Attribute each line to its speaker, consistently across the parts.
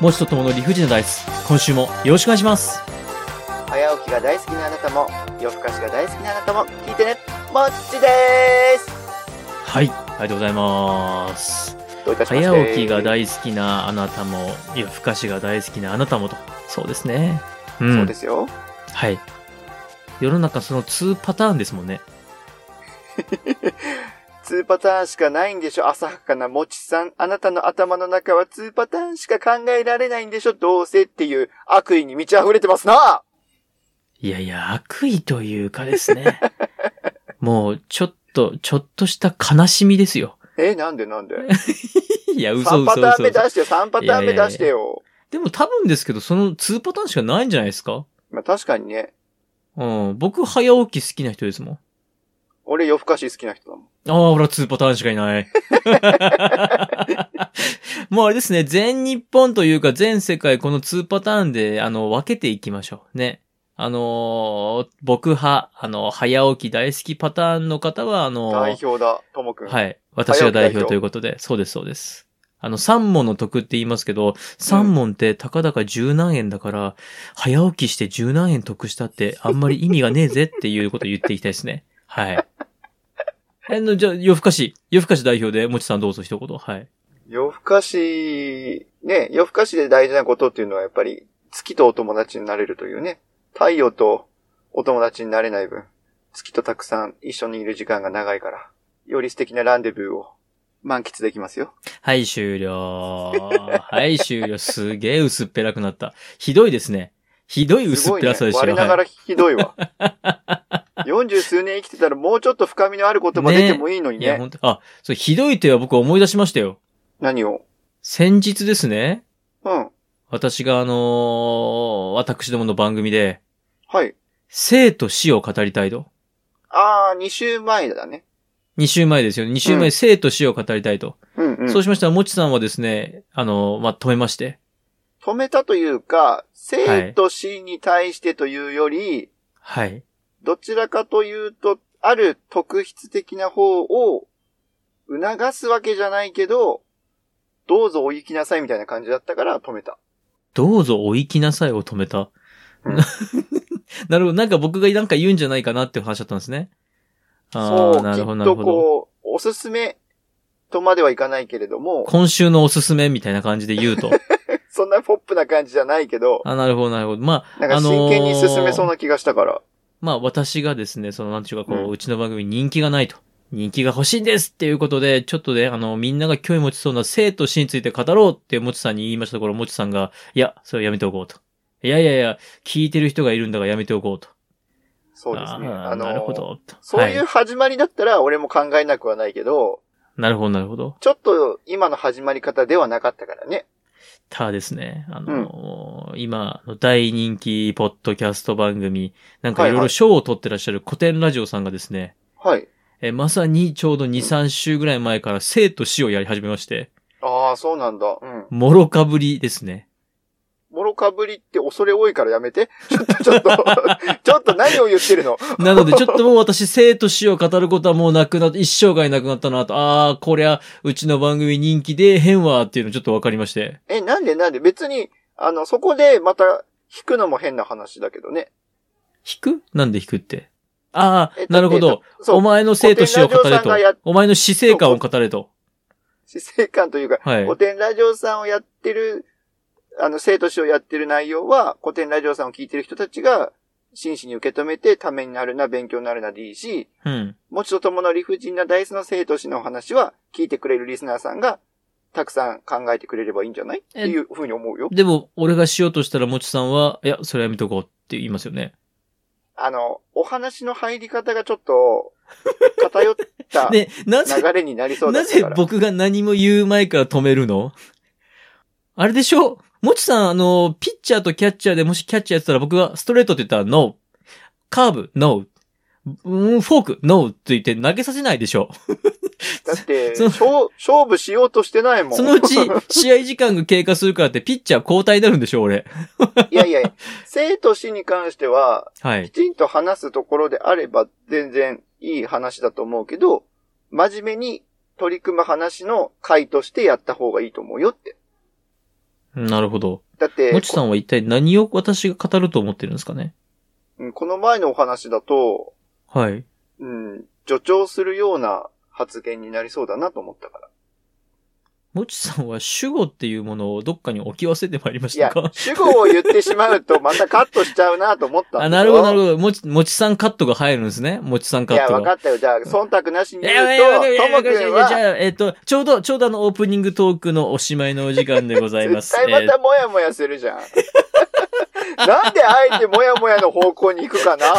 Speaker 1: もちとともの理不尽なダイス。今週もよろしくお願いします。
Speaker 2: 早起きが大好きなあなたも夜更かしが大好きなあなたも聞いてねもっちでーす
Speaker 1: はい。ありがとうございます。
Speaker 2: どういたしまして
Speaker 1: 早起きが大好きなあなたも、夜更かしが大好きなあなたもと。そうですね。うん。
Speaker 2: そうですよ
Speaker 1: はい。世の中その2パターンですもんね。
Speaker 2: 2パターンしかないんでしょ浅はかなもちさん。あなたの頭の中は2パターンしか考えられないんでしょどうせっていう悪意に満ち溢れてま すない
Speaker 1: やいや、悪意というかです ね。もう、ちょっと、ちょっとした悲しみですよ。
Speaker 2: え、なんでなんで
Speaker 1: いや、嘘
Speaker 2: ?3 パ
Speaker 1: 嘘
Speaker 2: ターン
Speaker 1: 嘘
Speaker 2: 目出
Speaker 1: 嘘。
Speaker 2: してよ、3パターン目出してよ。
Speaker 1: でも多分ですけど、その2パターンしかないんじゃないですか
Speaker 2: まあ確かにね、
Speaker 1: うん。僕、早起き好きな人ですもん。
Speaker 2: 俺夜更かし好きな人だもん。
Speaker 1: ああ、ほら、2パターンしかいない。 もうあれですね、全日本というか全世界この2パターンで、あの、分けていきましょう。ね。あのー僕派、あの、早起き大好きパターンの方は、あの
Speaker 2: 代
Speaker 1: ー
Speaker 2: 表だ、ともくん。
Speaker 1: はい。私が代表
Speaker 2: 代表
Speaker 1: ということで、そうです、そうです。あの、三問の得って言いますけど、三問ってたかだか十何円だから、早起きして十何円得したってあんまり意味がねえぜっていうことを言っていきたいです ね。はい。えの、じゃあ、夜更かし、夜更かし代表で、もちさんどうぞ一言。はい。
Speaker 2: 夜更かし、ね、夜更かしで大事なことっていうのはやっぱり、月とお友達になれるというね。太陽とお友達になれない分、月とたくさん一緒にいる時間が長いから、より素敵なランデブーを満喫できますよ。
Speaker 1: はい、終了。はい、終了。すげえ薄っぺらくなった。ひどいですね。ひどい
Speaker 2: す
Speaker 1: 薄
Speaker 2: ご
Speaker 1: っ
Speaker 2: い
Speaker 1: ぺ
Speaker 2: ね
Speaker 1: らさでした
Speaker 2: 我
Speaker 1: よ。
Speaker 2: なが
Speaker 1: はい
Speaker 2: らひどいわ。 四十数年生きてたらもうちょっと深みのある言葉出てもいいのに
Speaker 1: いや、
Speaker 2: ね。
Speaker 1: 本当あ、そう、ひどいとは僕思い出しましたよ。
Speaker 2: 何を
Speaker 1: 先日ですね。
Speaker 2: うん。
Speaker 1: 私があのー私どもの番組で、
Speaker 2: はい。
Speaker 1: 生と死を語りたいと。
Speaker 2: あー、二週前だね。
Speaker 1: 2週前ですよね。2週前、
Speaker 2: うん
Speaker 1: 生と死を語りたいと。
Speaker 2: うんうん。
Speaker 1: そうしましたら、もちさんはですね、あのーまあ、止めまして。
Speaker 2: 止めたというか、生と死に対してというより、
Speaker 1: はい。
Speaker 2: どちらかというと、ある特筆的な方を促すわけじゃないけど、どうぞお行きなさいみたいな感じだったから止めた。
Speaker 1: どうぞお行きなさいを止めた。
Speaker 2: うん
Speaker 1: なるほど。なんか僕がなんか言うんじゃないかなっていう話だったんですね。ああ、
Speaker 2: そう、
Speaker 1: な
Speaker 2: き
Speaker 1: る
Speaker 2: っ
Speaker 1: ほど、なる
Speaker 2: と
Speaker 1: ほど。
Speaker 2: こう、おすすめとまではいかないけれども、
Speaker 1: 今週のおすすめみたいな感じで言うと。
Speaker 2: そんなポップな感じじゃないけど、
Speaker 1: あ、なるほど、なるほど。まあ、
Speaker 2: なんか真剣に進めそうな気がしたから。
Speaker 1: まあ私がですね、そのなんていうかこう、う
Speaker 2: うん
Speaker 1: ちの番組人気がないと。人気が欲しいんですっていうことで、ちょっとね、あの、みんなが興味持ちそうな生と死について語ろうってもちさんに言いましたところ、もちさんが、いや、それはやめておこうと。いやいやいや、聞いてる人がいるんだからやめておこうと。
Speaker 2: そうですね。
Speaker 1: あ
Speaker 2: あ
Speaker 1: ーなるほ
Speaker 2: の、
Speaker 1: ど。と
Speaker 2: そうい
Speaker 1: は
Speaker 2: う
Speaker 1: い。
Speaker 2: 始まりだったら俺も考えなくはないけど、
Speaker 1: なるほど、なるほど。
Speaker 2: ちょっと今の始まり方ではなかったからね。
Speaker 1: ただですね、あのー今、大人気ポッドキャスト番組、なんかいろい
Speaker 2: はいは
Speaker 1: ろ
Speaker 2: い
Speaker 1: 賞を取ってらっしゃる古典ラジオさんがですね、
Speaker 2: はい。
Speaker 1: えまさにちょうど2、3週ぐらい前から生と死をやり始めまして、
Speaker 2: ああ、そうなんだ。うん。
Speaker 1: もろかぶりですね。
Speaker 2: もろかぶりって恐れ多いからやめて。 ちょっと、ちょっと、ちょっと何を言ってるの
Speaker 1: なので、ちょっともう私、生と死を語ることはもうなくなっ一生涯なくなったなと、ああ、こりゃ、うちの番組人気でへんわっていうのちょっとわかりまして。
Speaker 2: え、なんでなんで別に、あの、そこでまた弾くのも変な話だけどね。
Speaker 1: 引くなんで引くって。あ
Speaker 2: え
Speaker 1: あ、なるほど。。
Speaker 2: そう
Speaker 1: お前の生と死を語
Speaker 2: 古
Speaker 1: れ
Speaker 2: 典ラジオさん
Speaker 1: と
Speaker 2: がや。
Speaker 1: お前の死生観を語れと。
Speaker 2: 死生観というか、
Speaker 1: はい。
Speaker 2: 古典ラジオさんをやってる、あの、生と死をやってる内容は、古典ラジオさんを聞いてる人たちが、真摯に受け止めて、ためになるな、勉強になるなでいいし、
Speaker 1: うん。
Speaker 2: もちとともの理不尽なダイスの生と死の話は、聞いてくれるリスナーさんが、たくさん考えてくれればいいんじゃないって
Speaker 1: え
Speaker 2: いうふうに思うよ。
Speaker 1: でも、俺がしようとしたら、もちさんは、いや、それはやめとこうって言いますよね。
Speaker 2: あの、お話の入り方がちょっと、偏っ た
Speaker 1: ね、なぜ、
Speaker 2: 流れになりそうだ
Speaker 1: な
Speaker 2: った
Speaker 1: ぜ
Speaker 2: から。
Speaker 1: 僕が何も言う前から止めるのあれでしょもちさん、あの、ピッチャーとキャッチャーでもしキャッチャーやってたら僕がストレートって言ったらノー。カーブ、ノー。うんフォーク、ノーって言って投げさせないでしょ
Speaker 2: だって、
Speaker 1: その
Speaker 2: 勝勝負しようとしてないもん。
Speaker 1: そのうち試合時間が経過するからってピッチャー交代になるんでしょ俺。
Speaker 2: いやいやいや、生と死に関しては、
Speaker 1: はい
Speaker 2: き。ちんと話すところであれば全然いい話だと思うけど、真面目に取り組む話の回としてやった方がいいと思うよって。
Speaker 1: なるほど。
Speaker 2: だって、
Speaker 1: もちさんは一体何を私が語ると思ってるんですかね
Speaker 2: うんこの前のお話だと、
Speaker 1: はい。
Speaker 2: うん、助長するような発言になりそうだなと思ったから。
Speaker 1: もちさんは主語っていうものをどっかに置き忘れてまいりま
Speaker 2: い
Speaker 1: した
Speaker 2: や
Speaker 1: か、
Speaker 2: 主語を言ってしまうとまたカットしちゃうなと思ったん
Speaker 1: あ、
Speaker 2: だ
Speaker 1: な
Speaker 2: け
Speaker 1: るほど、なるほど。もち、もちさんカットが入るんですね。もちさんカ
Speaker 2: いや、
Speaker 1: ット
Speaker 2: 分か
Speaker 1: が。
Speaker 2: ったよ。じゃあ、忖度なしに
Speaker 1: い
Speaker 2: 言
Speaker 1: やいや
Speaker 2: う
Speaker 1: いやいや
Speaker 2: と、とも
Speaker 1: い
Speaker 2: く
Speaker 1: やい
Speaker 2: ん
Speaker 1: やじ
Speaker 2: は、
Speaker 1: ゃあ、えっと、ちょうど、ちょうどあの、オープニングトークのおしまいのお時間でございま
Speaker 2: 絶
Speaker 1: す。
Speaker 2: 対またもやもやするじゃん。なんであえてもやもやの方向に行くかな
Speaker 1: えー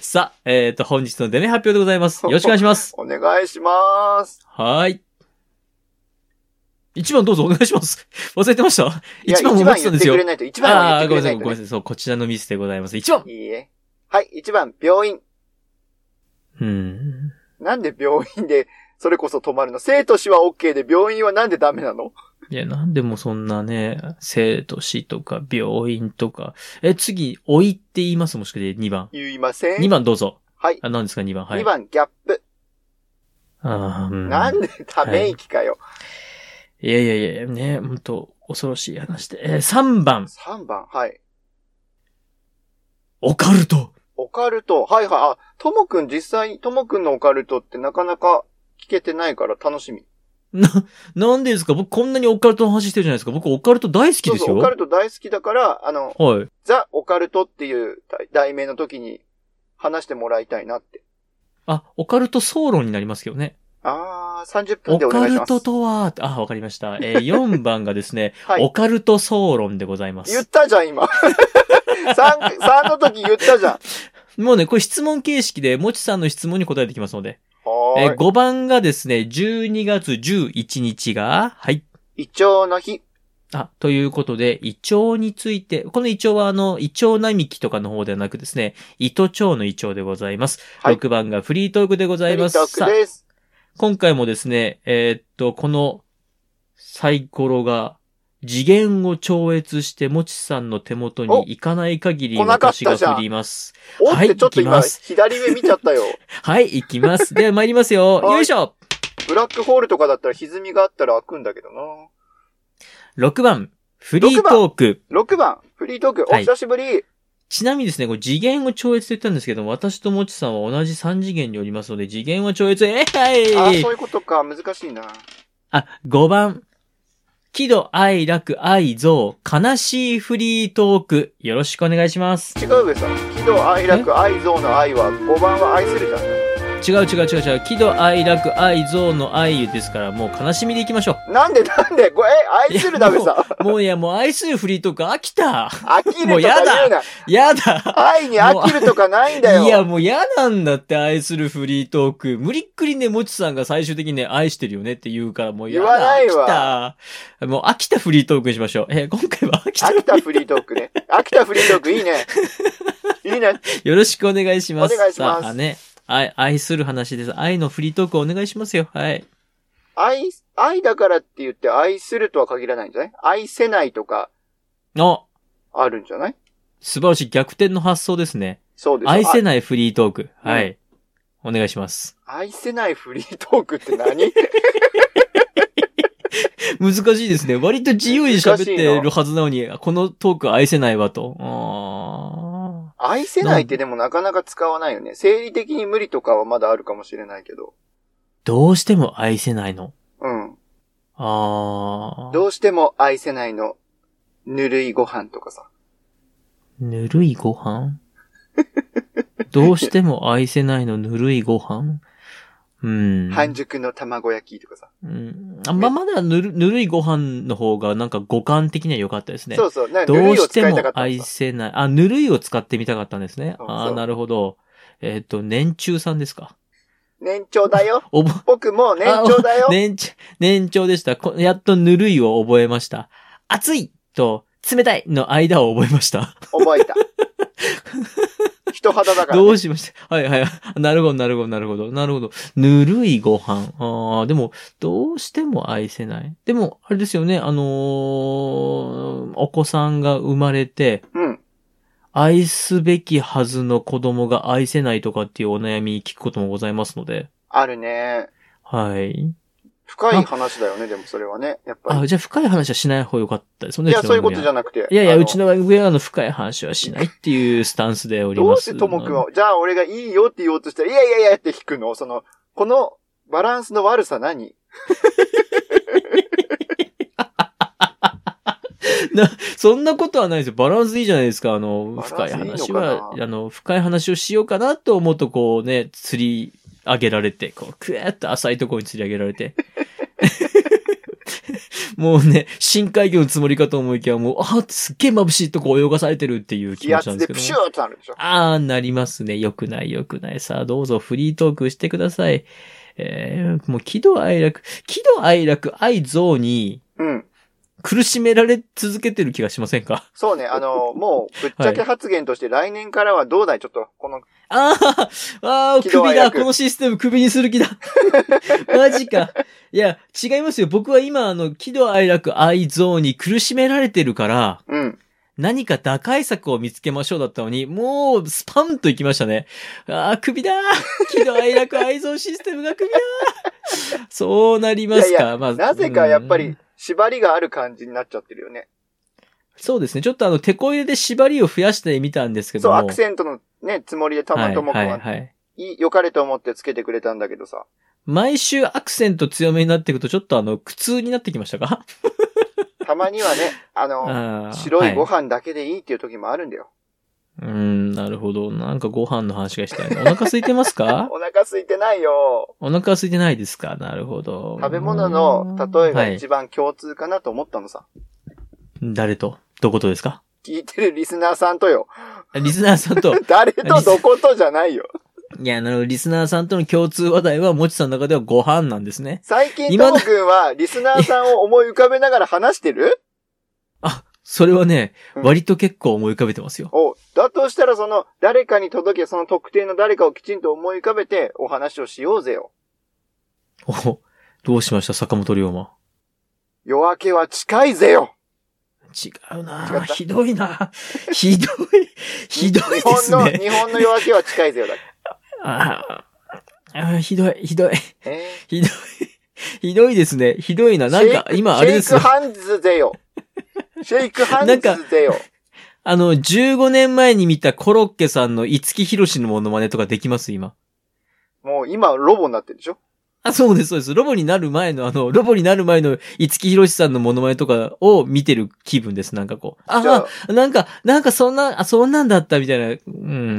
Speaker 1: さあ、えっと、本日のデメ発表でござい ます。よろしくお願いします。
Speaker 2: お願いします。
Speaker 1: はーい。一番どうぞお願いします。 忘れてました
Speaker 2: いや
Speaker 1: 一番も待ってたん
Speaker 2: 言
Speaker 1: で
Speaker 2: って
Speaker 1: す
Speaker 2: く
Speaker 1: よ
Speaker 2: れ。ないと、一番
Speaker 1: あ
Speaker 2: は
Speaker 1: あー、
Speaker 2: 言って
Speaker 1: ご
Speaker 2: く
Speaker 1: めんな
Speaker 2: れな
Speaker 1: さ
Speaker 2: い
Speaker 1: い、
Speaker 2: と
Speaker 1: ごめ
Speaker 2: ね、
Speaker 1: んなさい。そう、こちらのミスでございます。一番
Speaker 2: いいえ。はい、一番、病院。
Speaker 1: うん。
Speaker 2: なんで病院で、それこそ止まるの生と死は OK で、病院はなんでダメなの
Speaker 1: いや、なんでもそんなね、生と死とか病院とか。え、次、老いって言いますもしかして2番。
Speaker 2: 言いません。
Speaker 1: 2。番どうぞ。
Speaker 2: はい。
Speaker 1: あ、何ですか2番。はい。
Speaker 2: 2番、ギャップ。
Speaker 1: あーうん
Speaker 2: なんでため息かよ。
Speaker 1: いやいやいや、ね、ほんと、恐ろしい話で。えー、3番、
Speaker 2: 3番、はい。
Speaker 1: オカルト。
Speaker 2: オカルト。はいはい。あ、ともくん実際、ともくんのオカルトってなかなか聞けてないから楽しみ。
Speaker 1: な、なんでですか僕こんなにオカルトの話してるじゃないですか僕オカルト大好き
Speaker 2: そ
Speaker 1: で
Speaker 2: う
Speaker 1: す
Speaker 2: そう、
Speaker 1: よ。
Speaker 2: オカルト大好きだから、あの、
Speaker 1: はい。
Speaker 2: ザ・オカルトっていう題題名の時に話してもらいたいなって。
Speaker 1: あ、オカルト総論になりますけどね。
Speaker 2: あー、30分
Speaker 1: オ
Speaker 2: でお
Speaker 1: カ
Speaker 2: 願いし
Speaker 1: ル
Speaker 2: ます。
Speaker 1: トとは、あ、わかりました。 えー、4番がですね、
Speaker 2: はい
Speaker 1: オカルト総論でございま
Speaker 2: 言っ
Speaker 1: す。
Speaker 2: たじゃん、今。3、三の時言ったじゃん。
Speaker 1: もうね、これ質問形式で、もちさんの質問に答えてきますので。え
Speaker 2: は
Speaker 1: ー、
Speaker 2: ー
Speaker 1: 5番がですね、12月11日が、はい。
Speaker 2: い。イチョウの日。
Speaker 1: あ、ということで、胃腸について、この胃腸はあの、胃腸並木とかの方ではなくですね、胃と腸の胃腸でございます。
Speaker 2: はい
Speaker 1: 6番がフリートークでござ
Speaker 2: フ
Speaker 1: い
Speaker 2: リ
Speaker 1: ま
Speaker 2: ー
Speaker 1: す。
Speaker 2: トー
Speaker 1: さ
Speaker 2: ク
Speaker 1: あ、
Speaker 2: です。
Speaker 1: 今回もですね、えーっと、このサイコロが、次元を超越して、もちさんの手元に行かない限り、
Speaker 2: お来なかっ
Speaker 1: 私
Speaker 2: た
Speaker 1: が
Speaker 2: じゃん
Speaker 1: 振ります。
Speaker 2: おっ
Speaker 1: はい
Speaker 2: てちょっと
Speaker 1: 行き
Speaker 2: 今、
Speaker 1: ます
Speaker 2: 左上見ちゃったよ。
Speaker 1: はい、行きます。では参りますよ。
Speaker 2: はい
Speaker 1: よいしょ
Speaker 2: ブラックホールとかだったら歪みがあったら開くんだけどな。
Speaker 1: !6 番、フリートーク。
Speaker 2: 6番、フリートーク、お
Speaker 1: はい
Speaker 2: 久しぶり。
Speaker 1: ちなみにですね、これ次元を超越と言ったんですけども、私ともちさんは同じ3次元におりますので、次元は超越、えー
Speaker 2: あ
Speaker 1: は
Speaker 2: あ、
Speaker 1: い
Speaker 2: そういうことか、難しいな。
Speaker 1: あ、5番。喜怒哀楽愛憎悲しいフリートーク。よろしくお願いします。
Speaker 2: 違う上さん。喜怒哀楽愛憎の愛は、5番は愛するじゃん。
Speaker 1: 違う違う違う違う。喜怒哀楽愛憎の愛ですから、もう悲しみでいきましょ
Speaker 2: なんでなんでこれ、え愛するだべさん。
Speaker 1: う。もういや、もう愛するフリートーク飽きた。
Speaker 2: 飽きるとか
Speaker 1: もう
Speaker 2: 言
Speaker 1: やだ
Speaker 2: うな。
Speaker 1: やだ。
Speaker 2: 愛に飽きるとかないんだよ。
Speaker 1: いや、もう嫌なんだって、愛するフリートーク。無理っくりね、もちさんが最終的にね、愛してるよねって言うから、もう嫌だ。
Speaker 2: 言わないわ
Speaker 1: 飽きた。もう飽きたフリートークにしましょう。えー、今回は飽きた。
Speaker 2: 飽きたフリートークね。飽きたフリートークい いね。いいね。
Speaker 1: よろしくお願いします。
Speaker 2: お願いします
Speaker 1: さあね、愛、愛する話です。愛のフリートークお願いしますよ。はい。
Speaker 2: 愛、愛だからって言って愛するとは限らないんじゃない愛せないとか
Speaker 1: の、
Speaker 2: あるんじゃない
Speaker 1: 素晴らしい逆転の発想ですね。
Speaker 2: そうです
Speaker 1: 愛せ
Speaker 2: い。
Speaker 1: ないフリートーク。
Speaker 2: うん
Speaker 1: はい。お願いします。
Speaker 2: 愛せないフリートークって何
Speaker 1: 難しいですね。割と自由に喋ってるはずなのに、このトーク愛せないわと。あー
Speaker 2: 愛せないってでもなかなか使わないよね。生理的に無理とかはまだあるかもしれないけど。
Speaker 1: どうしても愛せないの。
Speaker 2: うん。
Speaker 1: あー。
Speaker 2: どうしても愛せないの。ぬるいご飯とかさ。
Speaker 1: ぬるいご 飯どうしても愛せないのぬるいご飯うん。
Speaker 2: 半熟の卵焼きとかさ。
Speaker 1: うん。あまあ、まだぬる、ぬるいご飯の方がなんか五感的には良かったですね。
Speaker 2: そうそう。なんかぬ
Speaker 1: ど
Speaker 2: る
Speaker 1: う
Speaker 2: い
Speaker 1: し
Speaker 2: を
Speaker 1: て
Speaker 2: 使い
Speaker 1: も
Speaker 2: たかったの
Speaker 1: 愛
Speaker 2: さ。
Speaker 1: せない。あ、ぬるいを使ってみたかったんですね。
Speaker 2: そう
Speaker 1: あ
Speaker 2: そ
Speaker 1: あ、
Speaker 2: う
Speaker 1: なるほど。えっ、と、年中さんですか。
Speaker 2: 年長だよ。
Speaker 1: おぼ、
Speaker 2: 僕もう 年長だよ。
Speaker 1: 年中、年長でした。こやっとぬるいを覚えました。熱いと冷たいの間を覚えました。
Speaker 2: 覚 えた。人肌だから、
Speaker 1: ど
Speaker 2: ね。
Speaker 1: うしましたはい はい。なるほど、なるほど、なるほど。なるほど。ぬるいご飯。ああ、でも、どうしても愛せない。でも、あれですよね、あのーお子さんが生まれて、
Speaker 2: うん。
Speaker 1: 愛すべきはずの子供が愛せないとかっていうお悩み聞くこともございますので。
Speaker 2: あるね。
Speaker 1: はい。
Speaker 2: 深い話だよね、でもそれはね。やっぱ
Speaker 1: あ、
Speaker 2: り。
Speaker 1: じゃあ深い話はしない方がよかったですね。
Speaker 2: いや、そういうことじゃ
Speaker 1: な
Speaker 2: なくて。
Speaker 1: いやいや、
Speaker 2: あの
Speaker 1: うちの番組はあの深い話はしないっていうスタンスでおり
Speaker 2: ど
Speaker 1: ま
Speaker 2: う
Speaker 1: す。
Speaker 2: してともくんは、じゃあ俺がいいよって言おうとしたら、いやいやいやって引くのその、このバランスの悪さ何
Speaker 1: そんなことはないですよ。バランスいいじゃないですか。あの、
Speaker 2: バラ
Speaker 1: 深
Speaker 2: ン
Speaker 1: い
Speaker 2: スいいのかな
Speaker 1: 話は、あの、深い話をしようかなと思うと、こうね、釣り上げられて、こう、くえーっと浅いところに釣り上げられて。 もうね、深海魚のつもりかと思いきや、もう、あーすっげえ眩しいとこ泳がされてるっていう気
Speaker 2: 気
Speaker 1: 持ちなんで
Speaker 2: 圧
Speaker 1: す
Speaker 2: で
Speaker 1: けど
Speaker 2: プ
Speaker 1: ね、
Speaker 2: シューってなるでしょ。
Speaker 1: あー、なりますね。よくない、よくない。さあ、どうぞフリートークしてください。えー、もう、喜怒哀楽、喜怒哀楽、愛憎に
Speaker 2: うん。
Speaker 1: 苦しめられ続けてる気がしませんか
Speaker 2: そうね、あの、もう、ぶっちゃけ発言として、来年からはどうだいちょっと、この、
Speaker 1: ああ、ああ、
Speaker 2: 喜怒
Speaker 1: 首
Speaker 2: 哀
Speaker 1: だ。
Speaker 2: 楽
Speaker 1: このシステム首にする気だ。 マジか。いや、違いますよ。僕は今、あの、喜怒哀楽愛憎に苦しめられてるから、
Speaker 2: うん。
Speaker 1: 何か打開策を見つけましょうだったのに、もう、スパンと行きましたね。ああ、首だ。喜怒哀楽愛憎システムが首だ。そうなりますか。
Speaker 2: いやい
Speaker 1: まあ、
Speaker 2: なぜかやっぱ
Speaker 1: うん
Speaker 2: り、縛りがある感じになっちゃってるよね。
Speaker 1: そうですね。ちょっとあの、手こ入れで縛りを増やしてみたんですけど
Speaker 2: そう、
Speaker 1: も。
Speaker 2: アクセントのね、つもりでたまともくん
Speaker 1: はい、
Speaker 2: は
Speaker 1: はい、はい。
Speaker 2: いい、良かれと思ってつけてくれたんだけどさ。
Speaker 1: 毎週アクセント強めになっていくと、ちょっとあの、苦痛になってきましたか
Speaker 2: たまにはね、あの、白いご
Speaker 1: 飯。
Speaker 2: 飯だけでいいっていう時もあるんだよ。
Speaker 1: うーん、なるほど。なんかご飯の話がしたいな。お腹空いてます か
Speaker 2: お腹空いてないよ。
Speaker 1: お腹空いてないですかなるほど。
Speaker 2: 食べ物の例えが
Speaker 1: はい
Speaker 2: 一番共通かなと思ったのさ。
Speaker 1: 誰とどことですか
Speaker 2: 聞いてるリスナーさんとよ。
Speaker 1: リスナーさん と。
Speaker 2: 誰とどことじゃないよ。
Speaker 1: いや、あの、リスナーさんとの共通話題は、もちさんの中ではご飯なんですね。
Speaker 2: 最近
Speaker 1: 今
Speaker 2: と
Speaker 1: の
Speaker 2: もくんはリスナーさんを思い浮かべながら話してる
Speaker 1: あ、それはね、
Speaker 2: うん
Speaker 1: 割と結構思い浮かべてますよ。
Speaker 2: お、だとしたらその誰かに届け、その特定の誰かをきちんと思い浮かべてお話をしようぜよ。
Speaker 1: お、どうしました坂本龍馬。
Speaker 2: 夜明けは近いぜよ
Speaker 1: 違う
Speaker 2: 違っ
Speaker 1: な
Speaker 2: た
Speaker 1: ひどいなひどい、ひどいです
Speaker 2: 日本の、
Speaker 1: ね。
Speaker 2: 日本の夜明けは近いぜよだ。
Speaker 1: あーあー、ひどい、ひどい、
Speaker 2: え
Speaker 1: ひどい、ひどいですね。ひどいな。
Speaker 2: ー
Speaker 1: なんか、今、あれです
Speaker 2: シェイクハンズぜよ。シェイクハンズぜよ。
Speaker 1: あの、15年前に見たコロッケさんの五木ひろしのモノマネとかできます、今。
Speaker 2: もう今ロボになってるでしょ
Speaker 1: あ、そうです、そうです。ロボになる前の、あの、ロボになる前の五木ひろしさんのモノマネとかを見てる気分です、なんかこう。
Speaker 2: じゃ
Speaker 1: ああ、なんか、なんかそんな、あ、そんなんだったみたいな、う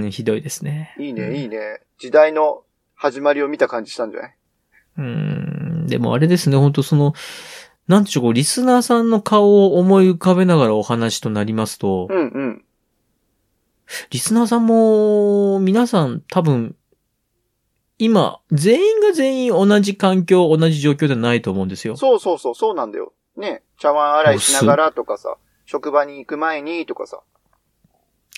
Speaker 1: ん、ひどいですね。
Speaker 2: あ、いいね、いいね。時代の始まりを見た感じしたんじゃない
Speaker 1: うん、でもあれですね、本当その、なんていうかこう、リスナーさんの顔を思い浮かべながらお話となりますと、
Speaker 2: うんうん。
Speaker 1: リスナーさんも、皆さん多分、今、全員が全員同じ環境、同じ状況ではないと思うんですよ。
Speaker 2: そうそうそう、そうなんだよ。ね。茶碗洗いしながらとかさ、職場に行く前にとかさ。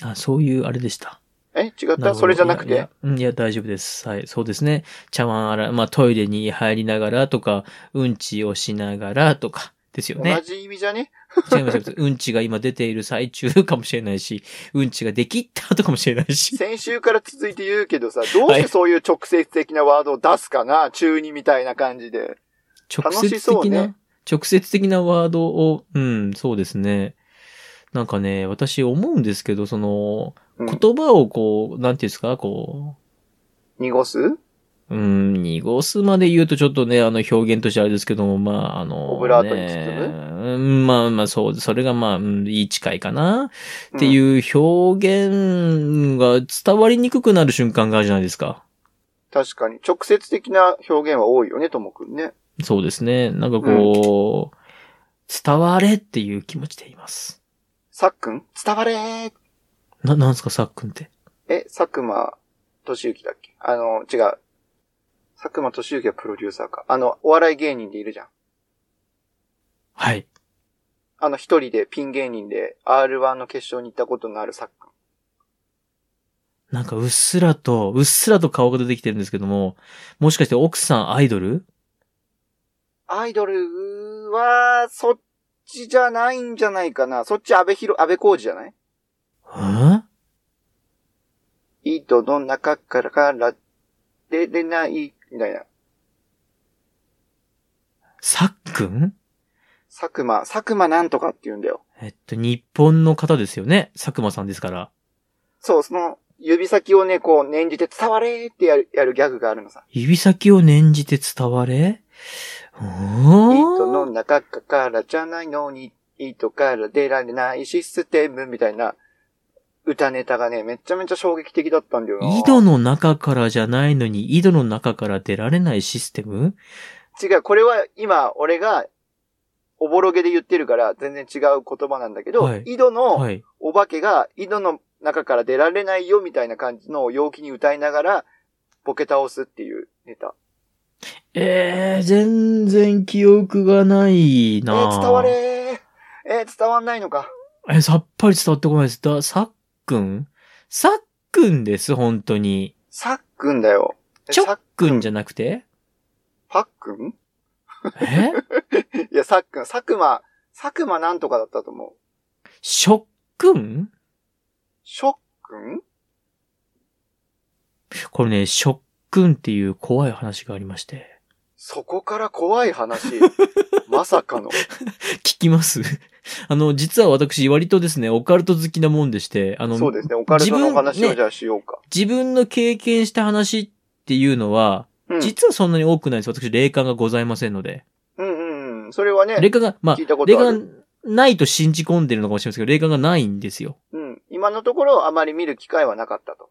Speaker 1: あそういうあれでした。
Speaker 2: え違
Speaker 1: な
Speaker 2: っ
Speaker 1: るほど
Speaker 2: たそれじゃなく
Speaker 1: いやい
Speaker 2: て
Speaker 1: やうんいや、大丈夫です。はい、そうですね。茶碗洗い、まあトイレに入りながらとか、うんちをしながらとか、ですよ
Speaker 2: 同
Speaker 1: ね。
Speaker 2: じ意味じゃね
Speaker 1: 違います違いますうんちが今出ている最中かもしれないし、うんちができった後かもしれないし。
Speaker 2: 先週から続いて言うけどさ、どうしてそういう直接的なワードを出すかな、中二みたいな感じで。
Speaker 1: 直接
Speaker 2: 楽し
Speaker 1: 的
Speaker 2: そう
Speaker 1: な、
Speaker 2: ね
Speaker 1: 直接的なワードを、うん、そうですね。なんかね、私思うんですけど、その、
Speaker 2: うん
Speaker 1: 言葉をこう、なんていうんですか、こ
Speaker 2: 濁す
Speaker 1: う、うん、濁すまで言うとちょっとね、あの表現としてあれですけども、まあ、あの、
Speaker 2: オブラートに包
Speaker 1: むうん、まあまあ、そう、それがまあ、うん、いい近いかな、って
Speaker 2: うん。
Speaker 1: いう表現が伝わりにくくなる瞬間があるじゃないですか。
Speaker 2: 確かに。直接的な表現は多いよね、ともくんね。
Speaker 1: そうですね。なんかこう、伝われっていう気持ちでいます。
Speaker 2: さっくん伝われー
Speaker 1: な、なんすか、さっくんって。
Speaker 2: え、佐久間俊之だっけあの、違う。佐久間俊之はプロデューサーか。あの、お笑い芸人でいるじゃん。
Speaker 1: はい。
Speaker 2: あの、一人でピン芸人で R1 の決勝に行ったことのある佐久
Speaker 1: なんか、うっすらと、うっすらと顔が出てきてるんですけども、もしかして奥さんアイドル
Speaker 2: 間。アイドルは、そっちじゃないんじゃないかな。そっち安倍博、安倍浩二じゃない
Speaker 1: ん
Speaker 2: 糸の中からから出れない、みたいな。
Speaker 1: さっくん
Speaker 2: 佐久間、佐久間なんとかって言うんだよ。
Speaker 1: えっと、日本の方ですよね。佐久間さんですから。
Speaker 2: そう、その、指先をね、こう、念じて伝われーってやる、やるギャグがあるのさ。
Speaker 1: 指先を念じて伝われう
Speaker 2: 糸
Speaker 1: ー
Speaker 2: の
Speaker 1: ん。
Speaker 2: 中からじゃないのに、糸から出られないシステムみたいな歌ネタがね、めちゃめちゃ衝撃的だったんだよな。
Speaker 1: 井戸の中からじゃないのに、井戸の中から出られないシステム
Speaker 2: 違う、これは今、俺が、おぼろげで言ってるから、全然違う言葉なんだけど、
Speaker 1: はい
Speaker 2: 井戸の
Speaker 1: はい。
Speaker 2: お化けが、井戸の中から出られないよみたいな感じの陽気に歌いながら、ボケ倒すっていうネタ。
Speaker 1: えー、全然記憶がない
Speaker 2: え
Speaker 1: な
Speaker 2: ー、伝われー。えー、伝わんないのか。
Speaker 1: え、さっぱり伝わってこないです。だ、さっくんさっくんです、本当に。
Speaker 2: さっくんだよ。え
Speaker 1: ちょっくんじ
Speaker 2: ゃ、
Speaker 1: ゃなくて
Speaker 2: パックン
Speaker 1: え
Speaker 2: いや、さっくん、佐久間、佐久間なんとかだったと思う。
Speaker 1: しょっくん
Speaker 2: しょっくん
Speaker 1: これね、しょっくんっていう怖い話がありまして。
Speaker 2: そこから怖 い話。まさかの。
Speaker 1: 聞きます あの、実は私、割とですね、オカルト好きなもんでして、あの、
Speaker 2: そうですね。オカルトのお話
Speaker 1: 自分
Speaker 2: を
Speaker 1: ね
Speaker 2: じゃあしようか。
Speaker 1: 自分の経験した話っていうのは、
Speaker 2: うん
Speaker 1: 実はそんなに多くないです。私、霊感がございませんので。
Speaker 2: うんうんうん。それはね
Speaker 1: 霊、感が、まあ
Speaker 2: 聞、いたこと
Speaker 1: 霊
Speaker 2: あ
Speaker 1: 感
Speaker 2: る。
Speaker 1: がないと信じ込んでるのかもしれませんけど、霊感がないんですよ。
Speaker 2: うん。今のところあまり見る機会はなかったと。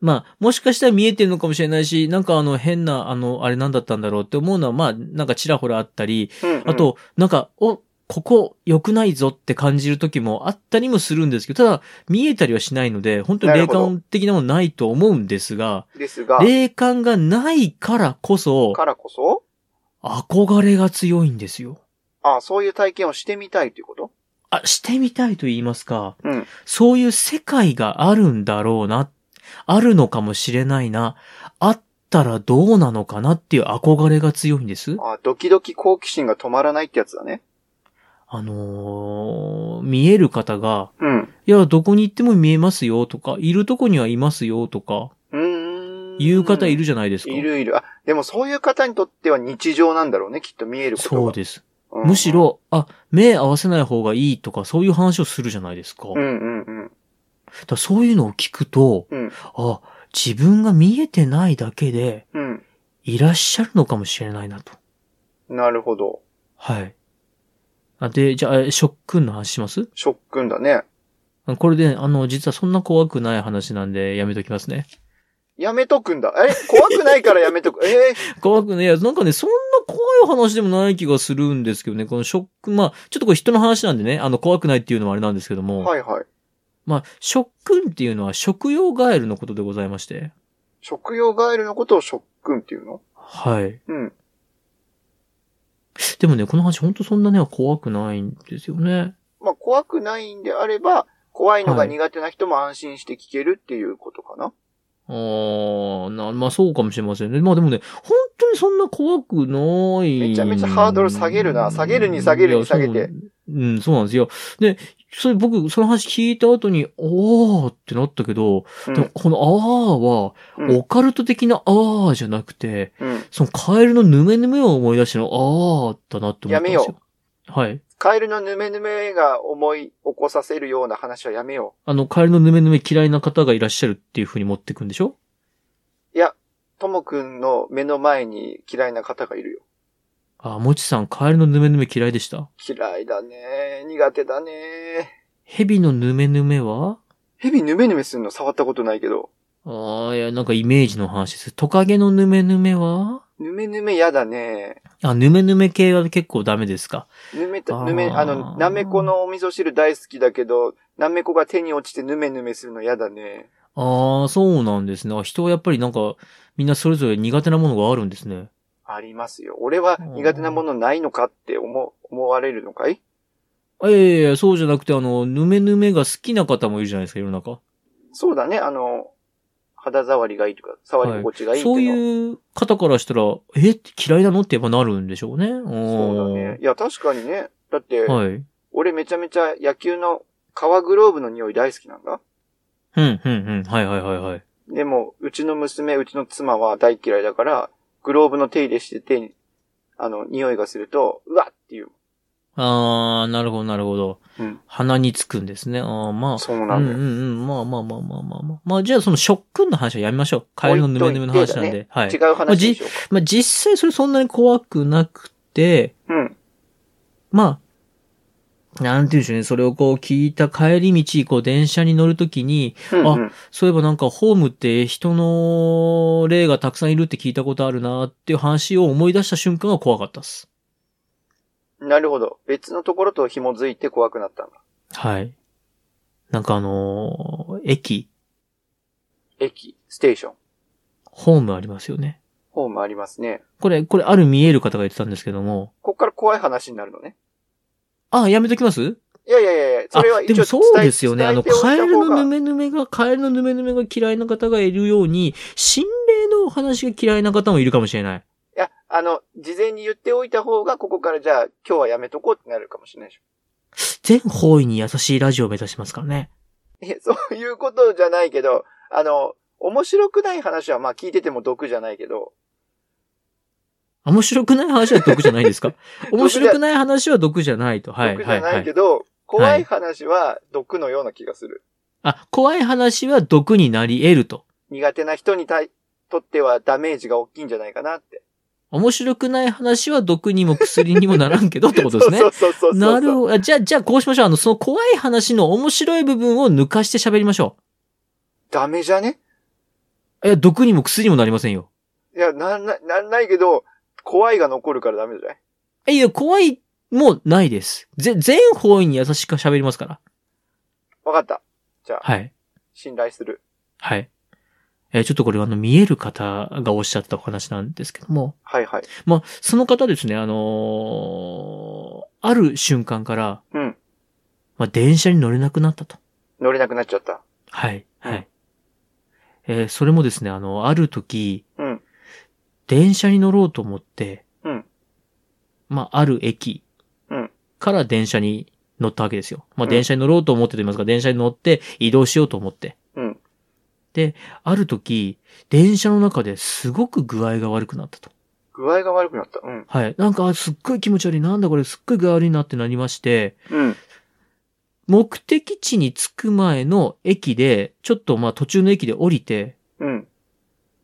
Speaker 1: まあ、もしかしたら見えてるのかもしれないし、なんかあの変な、あの、あれなんだったんだろうって思うのは、まあ、なんかちらほらあったり、
Speaker 2: うん、うん
Speaker 1: あ、と、なんか、お、ここ良くないぞって感じる時もあったりもするんですけど、ただ、見えたりはしないので、本当に
Speaker 2: なる
Speaker 1: 霊
Speaker 2: ほど
Speaker 1: 感的なものないと思うんですが、
Speaker 2: ですが、
Speaker 1: 霊感がないからこそ、
Speaker 2: からこそ、
Speaker 1: 憧れが強いんですよ。
Speaker 2: あそういう体験をしてみたいということ
Speaker 1: あ、してみたいと言いますか、
Speaker 2: うん
Speaker 1: そういう世界があるんだろうな、あるのかもしれないな、あったらどうなのかなっていう憧れが強いんです。
Speaker 2: あドキドキ好奇心が止まらないってやつだね。
Speaker 1: あのー見える方が、
Speaker 2: うん。
Speaker 1: いや、どこに行っても見えますよとか、いるとこにはいますよとか、
Speaker 2: うーん。
Speaker 1: 言う方いるじゃないですか。
Speaker 2: いるいる。あ、でもそういう方にとっては日常なんだろうね、きっと見えることが
Speaker 1: そうです。
Speaker 2: うん
Speaker 1: むし。ろ、あ、目合わせない方がいいとか、そういう話をするじゃないですか。
Speaker 2: うんうんうん。
Speaker 1: だからそういうのを聞くと、
Speaker 2: うん
Speaker 1: あ、自分が見えてないだけで、
Speaker 2: うん。
Speaker 1: いらっしゃるのかもしれないなと。
Speaker 2: なるほど。
Speaker 1: はい。あで、じゃあ、えショックンの話します
Speaker 2: ショックンだね。
Speaker 1: あこれで、あの、実はそんな怖くない話なんで、やめときますね。
Speaker 2: やめとくんだ。え怖くないからやめとく。え
Speaker 1: 怖くね、いや、なんかね、そんな怖い話でもない気がするんですけどね、このショック、まあ、ちょっとこれ人の話なんでね、あの、怖くないっていうのはあれなんですけど
Speaker 2: ー、
Speaker 1: も、
Speaker 2: はいはい。
Speaker 1: まあ、ショックンっていうのは食用ガエルのことでございまして、
Speaker 2: 食用ガエルのことをショックンっていうの
Speaker 1: はい。
Speaker 2: うん。
Speaker 1: でもね、この話ほんとそんなね、怖くないんですよね。
Speaker 2: まあ、怖くないんであれば、怖いのが
Speaker 1: はい
Speaker 2: 苦手な人も安心して聞けるっていうことかな。
Speaker 1: あーな、まあそうかもしれませんね。まあでもね、本当にそんな怖くない。
Speaker 2: めちゃめちゃハードル下げるな下げるに下げるに下げて
Speaker 1: いや。そううん、そうなんですよ。で、それ僕、その話聞いた後に、おーってなったけど、
Speaker 2: うん
Speaker 1: でもこのあー
Speaker 2: う
Speaker 1: は、
Speaker 2: ん
Speaker 1: オカルト的なあーじゃなくて、
Speaker 2: うん。
Speaker 1: そのカエルのヌメヌメを思い出してのあーだなって思ったんですよ。
Speaker 2: やめよ
Speaker 1: はい。
Speaker 2: カエルのヌメヌメが思い起こさせるような話はやめよ
Speaker 1: あの、カエルのヌメヌメ嫌いな方がいらっしゃるっていう風に持ってくんでしょ
Speaker 2: う。いや、ともくんの目の前に嫌いな方がいるよ。
Speaker 1: あー、もちさん、カエルのヌメヌメ嫌いでした。
Speaker 2: 嫌いだね苦手だね
Speaker 1: ヘビのヌメヌメは
Speaker 2: ヘビヌメヌメするの触ったことないけど。
Speaker 1: ああ、いや、なんかイメージの話です。トカゲのヌメヌメは
Speaker 2: ヌメヌメやだね。
Speaker 1: あ、ヌメヌメ系は結構ダメですか。
Speaker 2: ヌメ
Speaker 1: あ
Speaker 2: た、
Speaker 1: ー
Speaker 2: ヌメ、あの、ナメコのお味噌汁大好きだけど、ナメコが手に落ちてヌメヌメするのやだね。
Speaker 1: ああ、そうなんですね。あ人はやっぱりなんか、みんなそれぞれ苦手なものがあるんですね。
Speaker 2: ありますよ。俺は苦手なものないのかって思、思われるのかい
Speaker 1: あいやいやいや、そうじゃなくて、あの、ヌメヌメが好きな方もいるじゃないですか、世の中。
Speaker 2: そうだね、あの、肌触りがいいとか、触り心地がいいって
Speaker 1: そう
Speaker 2: いう
Speaker 1: い
Speaker 2: の。
Speaker 1: う方からしたら、えって嫌いなのってやっぱなるんでしょうね。そ
Speaker 2: そうだね。いや、確かにね。だって、
Speaker 1: はい。
Speaker 2: 俺めちゃめちゃ野球の革グローブの匂い大好きなんだ。
Speaker 1: うん、うん、うん。はいはいはいはい。
Speaker 2: でも、うちの娘、うちの妻は大嫌いだから、グローブの手入れして手に、あの、匂いがすると、うわっっていう。
Speaker 1: あー、なるほど、なるほど。
Speaker 2: うん
Speaker 1: 鼻につくんですね。あー、まあ。
Speaker 2: そうなんだよ。
Speaker 1: うんうんうん。まあまあまあまあまあまあ。まあじゃあそのショックンの話はやめましょう。カエルのヌメヌメの話なんで。
Speaker 2: 置いといて
Speaker 1: はい
Speaker 2: 違。う話でしょう
Speaker 1: まあ実際それそんなに怖くなくて、
Speaker 2: か。うん。
Speaker 1: まあ、なんていうんでしょうね。それをこう聞いた帰り道、こう電車に乗るときに、
Speaker 2: うんうん
Speaker 1: そういえばなんかホームって人の霊がたくさんいるって聞いたことあるなっていう話を思い出した瞬間が怖かったです。
Speaker 2: なるほど。別のところと紐づいて怖くなったんだ。
Speaker 1: はい。なんかあのー駅、
Speaker 2: 駅、ステーション、
Speaker 1: ホームありますよね。
Speaker 2: ホームありますね。
Speaker 1: これ、これある見える方が言ってたんですけども。
Speaker 2: こっから怖い話になるのね。
Speaker 1: あ、やめときます
Speaker 2: いやいやいやいや、それは
Speaker 1: あ、で
Speaker 2: 一応
Speaker 1: もそうですよね。あの、
Speaker 2: 伝え伝えて
Speaker 1: カエ
Speaker 2: おいた
Speaker 1: ル
Speaker 2: 方
Speaker 1: の
Speaker 2: が
Speaker 1: ヌメヌメが、カエルのヌメヌメが嫌いな方がいるように、心霊のお話が嫌いな方もいるかもしれない。
Speaker 2: いや、あの、事前に言っておいた方が、ここからじゃあ、今日はやめとこうってなるかもしれないでしょ。
Speaker 1: 全方位に優しいラジオを目指してますからね。
Speaker 2: いや そういうことじゃないけど、あの、面白くない話は、まあ聞いてても毒じゃないけど、
Speaker 1: 面白くない話は毒じゃないです か面白くない話は毒じゃないと。はい、
Speaker 2: 毒じ
Speaker 1: は
Speaker 2: ゃ
Speaker 1: い、
Speaker 2: な
Speaker 1: はい
Speaker 2: け
Speaker 1: い。
Speaker 2: ど、怖い話は毒のような気がする。
Speaker 1: あ、怖い話は毒になり得ると。
Speaker 2: 苦手な人に対とってはダメージが大きいんじゃないかなって。
Speaker 1: 面白くない話は毒にも薬にもならんけどってことですね
Speaker 2: そ。うそうそうそうそう。
Speaker 1: なるほど。あじゃあ、じゃあこうしましょう。あの、その怖い話の面白い部分を抜かして喋りましょ
Speaker 2: ダメじゃね
Speaker 1: う。いや、毒にも薬にもなりませんよ。
Speaker 2: いや、なんな、なんないけど、怖いが残るからダメじゃない
Speaker 1: え、いや、怖い、もうないです。ぜ、全方位に優しく喋りますから。
Speaker 2: わかった。じゃあ、
Speaker 1: はい。
Speaker 2: 信頼する。
Speaker 1: はい。えーちょっとこれはあの、見える方がおっしゃったお話なんですけども。
Speaker 2: はいはい。
Speaker 1: まあ、その方ですね、あのーある瞬間から、
Speaker 2: うん。
Speaker 1: まあ、電車に乗れなくなったと。
Speaker 2: 乗れなくなっちゃった。
Speaker 1: はい。は
Speaker 2: うん
Speaker 1: い。えーそれもですね、あの、ある時、
Speaker 2: うん。
Speaker 1: 電車に乗ろうと思って、
Speaker 2: うん
Speaker 1: まあ、ある駅
Speaker 2: うん
Speaker 1: から電車に乗ったわけですよ。まあ、
Speaker 2: うん
Speaker 1: 電車に乗ろうと思ってと言いますか、電車に乗って移動しようと思って。
Speaker 2: うん
Speaker 1: で、ある時、電車の中ですごく具合が悪くなったと。
Speaker 2: 具合が悪くなった。うん。
Speaker 1: はい。なんか、あすっごい気持ち悪い。なんだこれ、すっごい具合悪いなってなりまして、
Speaker 2: うん。
Speaker 1: 目的地に着く前の駅で、ちょっとまあ途中の駅で降りて、
Speaker 2: うん。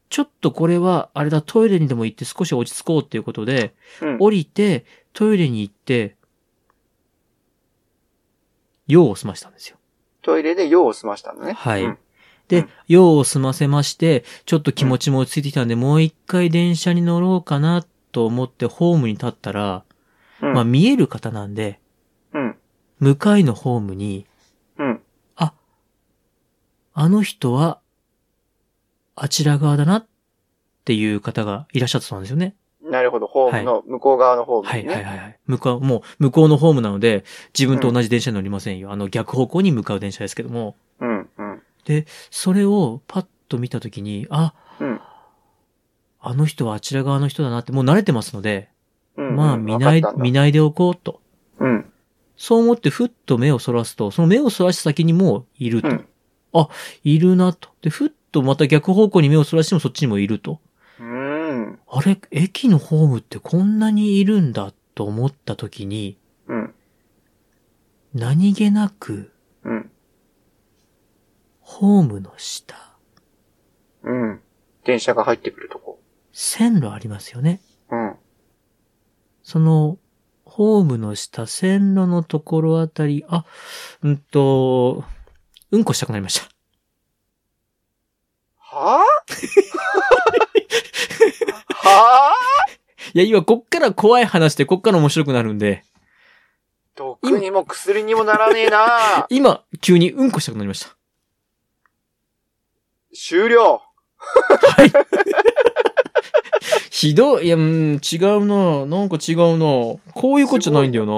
Speaker 1: ちょっとこれは、あれだ、トイレにでも行って少し落ち着こうっていうことで、
Speaker 2: うん。
Speaker 1: 降りて、トイレに行って、用を済ましたんですよ。
Speaker 2: トイレで用を済ましたんだね。
Speaker 1: はい
Speaker 2: うんう
Speaker 1: で
Speaker 2: ん、
Speaker 1: 用を済ませまして、ちょっと気持ちも落ち着いてきたんで、もう一回電車に乗ろうかなと思ってホームに立ったら、
Speaker 2: うん。
Speaker 1: まあ見える方なんで、
Speaker 2: うん。
Speaker 1: 向かいのホームに、
Speaker 2: うん。
Speaker 1: あの人は、あちら側だなっていう方がいらっしゃったそうなんですよね。
Speaker 2: なるほど。ホームの、向こう側のホー
Speaker 1: は
Speaker 2: ム
Speaker 1: い
Speaker 2: に
Speaker 1: はい
Speaker 2: ね。
Speaker 1: はいはい。向かう、もう向こうのホームなので、自分と同じ電車に乗りませんよ。あの逆方向に向かう電車ですけども、
Speaker 2: うん。うん。
Speaker 1: それをパッと見たときに、あ、
Speaker 2: うん
Speaker 1: あの人はあちら側の人だなって、もう慣れてますので、
Speaker 2: うん。
Speaker 1: まあ見ない、見
Speaker 2: ない。
Speaker 1: ないでおこうと。
Speaker 2: うん。
Speaker 1: そう思ってふっと目をそらすと、その目をそらした先にもういると。
Speaker 2: うん
Speaker 1: あ、いるなと。で、ふっとまた逆方向に目をそらしてもそっちにもいると。
Speaker 2: うん。
Speaker 1: あれ、駅のホームってこんなにいるんだと思ったときに、
Speaker 2: うん。
Speaker 1: 何気なく、
Speaker 2: うん。
Speaker 1: ホームの下、
Speaker 2: うん。電車が入ってくるとこ。
Speaker 1: 線路ありますよね。
Speaker 2: うん。
Speaker 1: その、ホームの下、線路のところあたり、あ、うんと、うんこしたくなりました。
Speaker 2: はぁはぁ
Speaker 1: いや、今、こっから怖い話で、こっから面白くなるんで、
Speaker 2: 毒にも薬にもならねえな
Speaker 1: 今、急にうんこしたくなりました。
Speaker 2: 終了
Speaker 1: ひどい、いや、うん、違うななんか違うなこういうことじゃないんだよな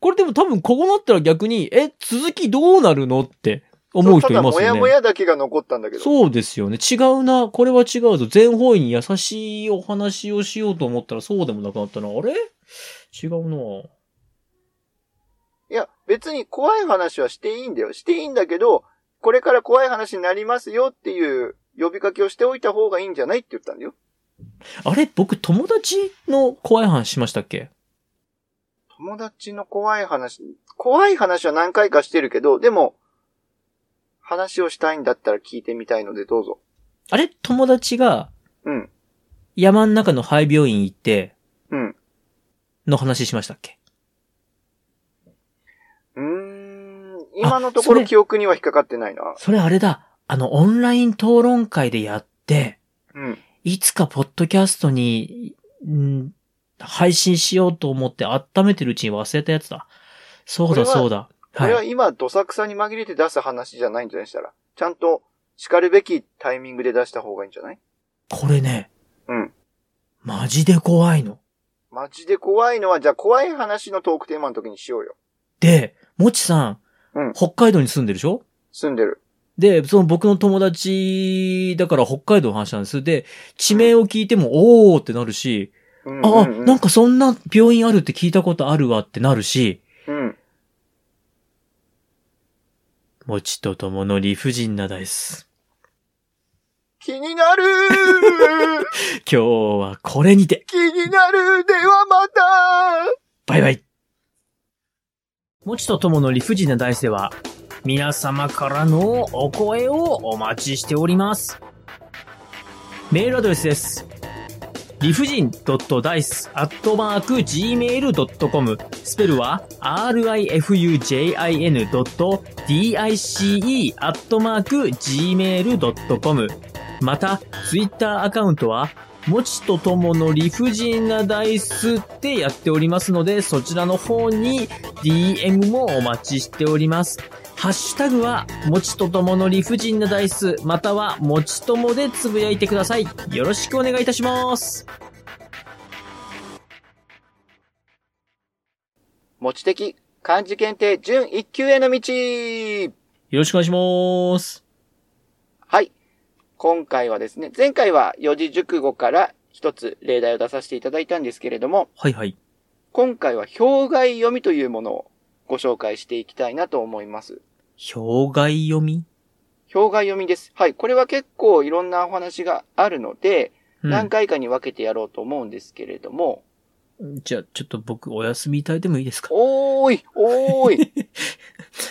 Speaker 1: これでも多分、こうなったら逆に、え、続きどうなるのって思う人いますよね。
Speaker 2: ただ、もやもやだけが残ったんだけど。
Speaker 1: そうですよね。違うな。これは違うぞ。全方位に優しいお話をしようと思ったらそうでもなくなったな。あれ違うない
Speaker 2: や、別に怖い話はしていいんだよ。していいんだけど、これから怖い話になりますよっていう呼びかけをしておいた方がいいんじゃないって言ったんだよ。
Speaker 1: あれ僕、友達の怖い話しましたっけ
Speaker 2: 友達の怖い話、怖い話は何回かしてるけど、でも、話をしたいんだったら聞いてみたいのでどうぞ。
Speaker 1: あれ友達が、
Speaker 2: うん。
Speaker 1: 山の中の廃病院行って、
Speaker 2: うん。
Speaker 1: の話しましたっけ
Speaker 2: うーん、今のと
Speaker 1: あそ
Speaker 2: ころ
Speaker 1: れ
Speaker 2: 記憶には引っかかってないな。
Speaker 1: それあれだ。あの、オンライン討論会でやって、
Speaker 2: うん。
Speaker 1: いつかポッドキャストに、ん配信しようと思って温めてるうちに忘れたやつだ。そう
Speaker 2: これ
Speaker 1: だ、
Speaker 2: は
Speaker 1: そうだ。
Speaker 2: こ
Speaker 1: は。
Speaker 2: れはい今、どさくさに紛れて出す話じゃないんじゃないしたら。ちゃんと、叱るべきタイミングで出した方がいいんじゃない
Speaker 1: これね。
Speaker 2: うん。
Speaker 1: マジで怖いの。
Speaker 2: マジで怖いのは、じゃあ怖い話のトークテーマの時にしようよ。
Speaker 1: で、もちさん、
Speaker 2: うん
Speaker 1: 北海道に住んでるでしょ
Speaker 2: 住んでる。
Speaker 1: で、その僕の友達だから北海道の話なんです。で、地名を聞いても、おーってなるし、
Speaker 2: うんうん
Speaker 1: あ、
Speaker 2: うん
Speaker 1: なんかそんな病院あるって聞いたことあるわってなるし、
Speaker 2: うん。
Speaker 1: もちとともの理不尽なだです。
Speaker 2: 気になる
Speaker 1: 今日はこれにて、
Speaker 2: 気になるではまた
Speaker 1: バイバイもちとともの理不尽な大世は、皆様からのお声をお待ちしております。メールアドレスです。理不尽 .dice.gmail.com スペルは rifujin.dice.gmail.com また、ツイッターアカウントは、もちとともの理不尽なダイスってやっておりますので、そちらの方に DM もお待ちしております。ハッシュタグは、もちとともの理不尽なダイス、または、もちともでつぶやいてください。よろしくお願いいたします。
Speaker 2: 持ち的漢字検定準一級への道
Speaker 1: よろしくお願いします。
Speaker 2: はい。今回はですね、前回は四字熟語から一つ例題を出させていただいたんですけれども、
Speaker 1: はいはい。
Speaker 2: 今回は表外読みというものをご紹介していきたいなと思います。
Speaker 1: 表外読み、
Speaker 2: 表外読みです。はい。これは結構いろんなお話があるので、
Speaker 1: うん、
Speaker 2: 何回かに分けてやろうと思うんですけれども、
Speaker 1: じゃあ、ちょっと僕お休みいただいてもいいですか
Speaker 2: おーいおーい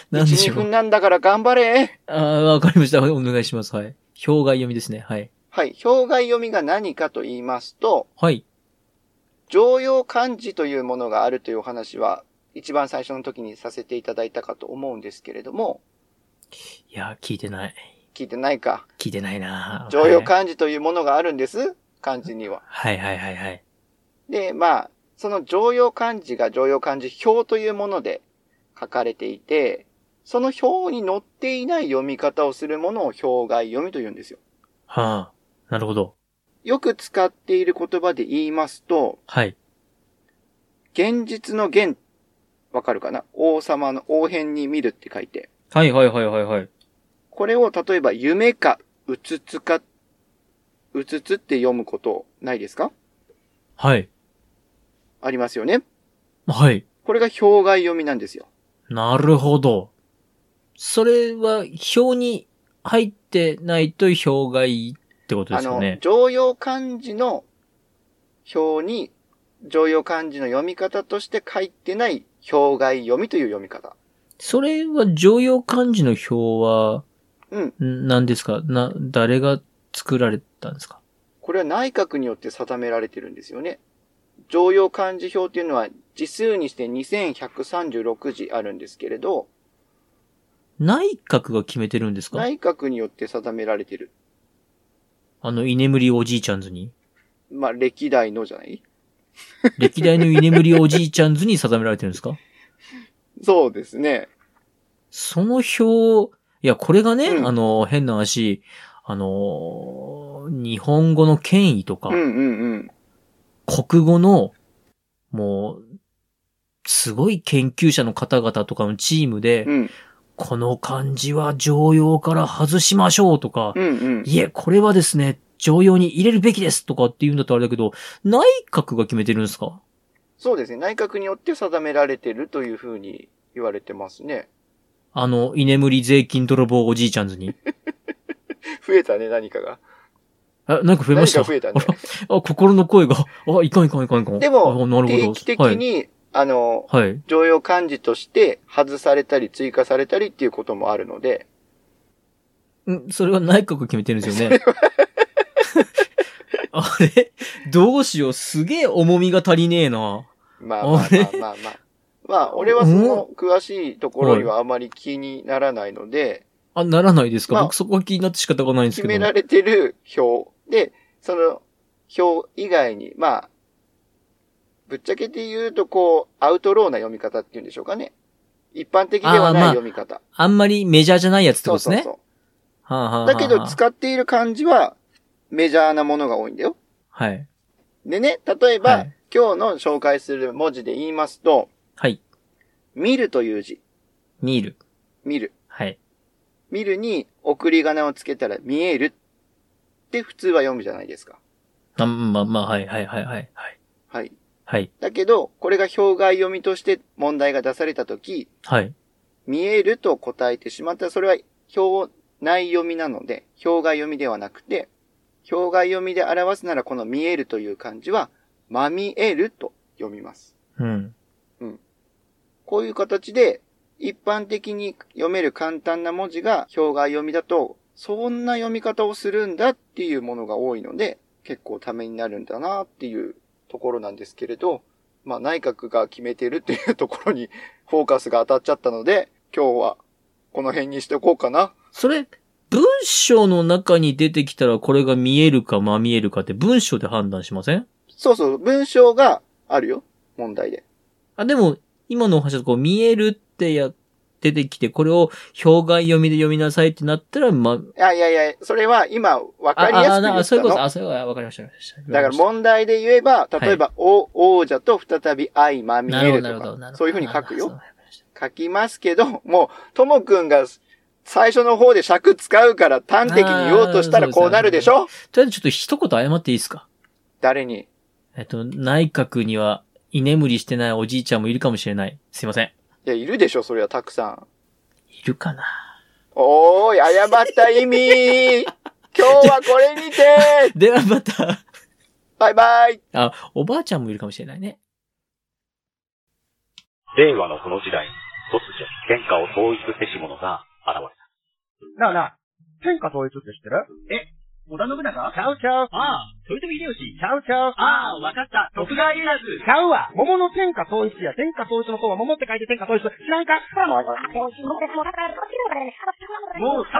Speaker 1: 何でし
Speaker 2: !1、2
Speaker 1: ょう
Speaker 2: 分なんだから頑張れ
Speaker 1: ああ、わかりました。お願いします。はい。表外読みですね。はい。
Speaker 2: はい。表外読みが何かと言いますと、
Speaker 1: はい。
Speaker 2: 常用漢字というものがあるというお話は、一番最初の時にさせていただいたかと思うんですけれども、
Speaker 1: いや、聞いてない。
Speaker 2: 聞いてないか。
Speaker 1: 聞いてないな
Speaker 2: 常用
Speaker 1: か
Speaker 2: 漢字というものがあるんです。漢字には。
Speaker 1: はいはいはいはい。
Speaker 2: で、まあ、その常用漢字が常用漢字表というもので書かれていて、その表に載っていない読み方をするものを表外読みと言うんですよ。
Speaker 1: はあ。なるほど。
Speaker 2: よく使っている言葉で言いますと、
Speaker 1: はい。
Speaker 2: 現実の現、わかるかな王様の王変に見るって書いて。
Speaker 1: はいはいはいはいはい。
Speaker 2: これを例えば夢か、うつつか、うつつって読むことないですか
Speaker 1: はい。
Speaker 2: ありますよね。
Speaker 1: はい。
Speaker 2: これが表外読みなんですよ。
Speaker 1: なるほど。それは、表に入ってないと表外ってことで
Speaker 2: あ
Speaker 1: すか
Speaker 2: の
Speaker 1: ね、。
Speaker 2: 常用漢字の表に、常用漢字の読み方として書いてない表外読みという読み方。
Speaker 1: それは常用漢字の表は、
Speaker 2: うん。
Speaker 1: ん何ですかな、誰が作られたんですか
Speaker 2: これは内閣によって定められてるんですよね。常用漢字表というのは字数にして2136字あるんですけれど、
Speaker 1: 内閣が決めてるんですか
Speaker 2: 内閣によって定められてる。
Speaker 1: あの、居眠りおじいちゃんズに。
Speaker 2: まあ、歴代のじゃない
Speaker 1: 歴代の居眠りおじいちゃんズに定められてるんですか
Speaker 2: そうですね。
Speaker 1: その表、いや、これがね、
Speaker 2: うん
Speaker 1: あの、変な話、あの、日本語の権威とか、
Speaker 2: うんうんうん。
Speaker 1: 国語の、もう、すごい研究者の方々とかのチームで、
Speaker 2: うん
Speaker 1: この漢字は常用から外しましょうとか、
Speaker 2: うんうん。
Speaker 1: いえ、これはですね、常用に入れるべきですとかって言うんだったらあれだけど、内閣が決めてるんですか
Speaker 2: そうですね。内閣によって定められてるというふうに言われてますね。
Speaker 1: あの、居眠り税金泥棒おじいちゃんズに。
Speaker 2: 増えたね、何かが。
Speaker 1: あ、なんか増えま
Speaker 2: 何
Speaker 1: した。
Speaker 2: か増えたね。
Speaker 1: あらあ心の声が、あ、いかんいかんいかんいかん。
Speaker 2: でも
Speaker 1: あなるほど。
Speaker 2: 定期的
Speaker 1: はい。
Speaker 2: に、あの、
Speaker 1: はい。
Speaker 2: 常用漢字として外されたり追加されたりっていうこともあるので、
Speaker 1: んそれは内閣が決めてるんですよ ね。 あれどうしよう。すげえ重みが足りねえな。
Speaker 2: まあまあ
Speaker 1: あれ
Speaker 2: まあまあまあ。まあ、俺はその詳しいところにはあまり気にならないので、
Speaker 1: あ、ならないですか、
Speaker 2: まあ
Speaker 1: 僕そこが気になって仕方がないんです
Speaker 2: 決
Speaker 1: け
Speaker 2: め
Speaker 1: ど。
Speaker 2: られてる表で、その表以外に、まあ、ぶっちゃけて言うとこう、アウトローな読み方っていうんでしょうかね。一般的ではない
Speaker 1: あーまあ
Speaker 2: 読み方。
Speaker 1: あんまりメジャーじゃないやつってこ
Speaker 2: そ
Speaker 1: と
Speaker 2: う
Speaker 1: です
Speaker 2: そう
Speaker 1: ね。
Speaker 2: そう。
Speaker 1: はあはあはあはあ
Speaker 2: だけど使っている漢字はメジャーなものが多いんだよ。
Speaker 1: はい。
Speaker 2: でね、例えば、
Speaker 1: はい
Speaker 2: 今日の紹介する文字で言いますと、
Speaker 1: はい。
Speaker 2: 見るという字、
Speaker 1: 見る。
Speaker 2: 見る。
Speaker 1: はい。
Speaker 2: 見るに送り仮名をつけたら見えるって普通は読むじゃないですか。
Speaker 1: あまあまあ、はいはいはいはい。はい。
Speaker 2: はい。
Speaker 1: はい。
Speaker 2: だけど、これが表外読みとして問題が出されたとき、
Speaker 1: はい。
Speaker 2: 見えると答えてしまったらそれは表内読みなので、表外読みではなくて、表外読みで表すならこの見えるという漢字は、まみえると読みます。
Speaker 1: うん。
Speaker 2: こういう形で、一般的に読める簡単な文字が表外読みだと、そんな読み方をするんだっていうものが多いので、結構ためになるんだなっていうところなんですけれど、まあ内閣が決めてるっていうところに フォーカスが当たっちゃったので、今日はこの辺にしておこうかな。
Speaker 1: それ、文章の中に出てきたらこれが見えるかまあ見えるかって文章で判断しません
Speaker 2: そうそう、文章があるよ。問題で。
Speaker 1: あ、でも、今のお話だとこう、見えるってや、出てきて、これを表外読みで読みなさいってなったら、ま
Speaker 2: いやいやいや、それは今わ
Speaker 1: あ、
Speaker 2: かりやすく
Speaker 1: あ
Speaker 2: 言
Speaker 1: ああ、
Speaker 2: っ
Speaker 1: そういうこ
Speaker 2: たの
Speaker 1: と、。あ、そういうこと、わかりました。わかりました
Speaker 2: だから問題で言えば、例えば、お、王者と再び相まみ
Speaker 1: なる
Speaker 2: え
Speaker 1: ほど、
Speaker 2: る
Speaker 1: なるほ
Speaker 2: と
Speaker 1: ど、なる
Speaker 2: か
Speaker 1: ほ、ど。
Speaker 2: そういうふうに書くよ。
Speaker 1: あ。
Speaker 2: 書きますけど、もう、ともくんが最初の方で尺使うから端的に言おうとしたらこうなるでしょ
Speaker 1: とりあえずちょっと一言謝っていいですか
Speaker 2: 誰に
Speaker 1: えっと、内閣には居眠りしてないおじいちゃんもいるかもしれない。すいません。
Speaker 2: いや、いるでしょそれはたくさん。
Speaker 1: いるかな
Speaker 2: おーい、謝った 意味今日はこれにて
Speaker 1: ではまた、
Speaker 2: バイバイ
Speaker 1: あ、おばあちゃんもいるかもしれないね。
Speaker 3: 令和のこの時代、突如、天下を統一せし者が現れた。
Speaker 4: なあなあ、天下統一って知ってる
Speaker 3: え、織田信長
Speaker 4: ちゃうちゃう。
Speaker 3: ああ、豊臣秀吉。
Speaker 4: ちゃうちゃう。
Speaker 3: ああ、わかった。徳川家康。
Speaker 4: ちゃうわ。桃の天下統一や。天下統一の方は桃って書いて天下統一。知らんか
Speaker 3: もう食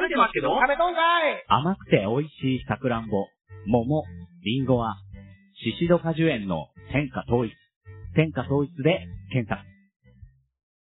Speaker 3: べてますけど
Speaker 4: 食べとんかい
Speaker 5: 甘くて美味しいさくらんぼ、桃、りんごは、シシド果樹園の天下統一。天下統一で検索。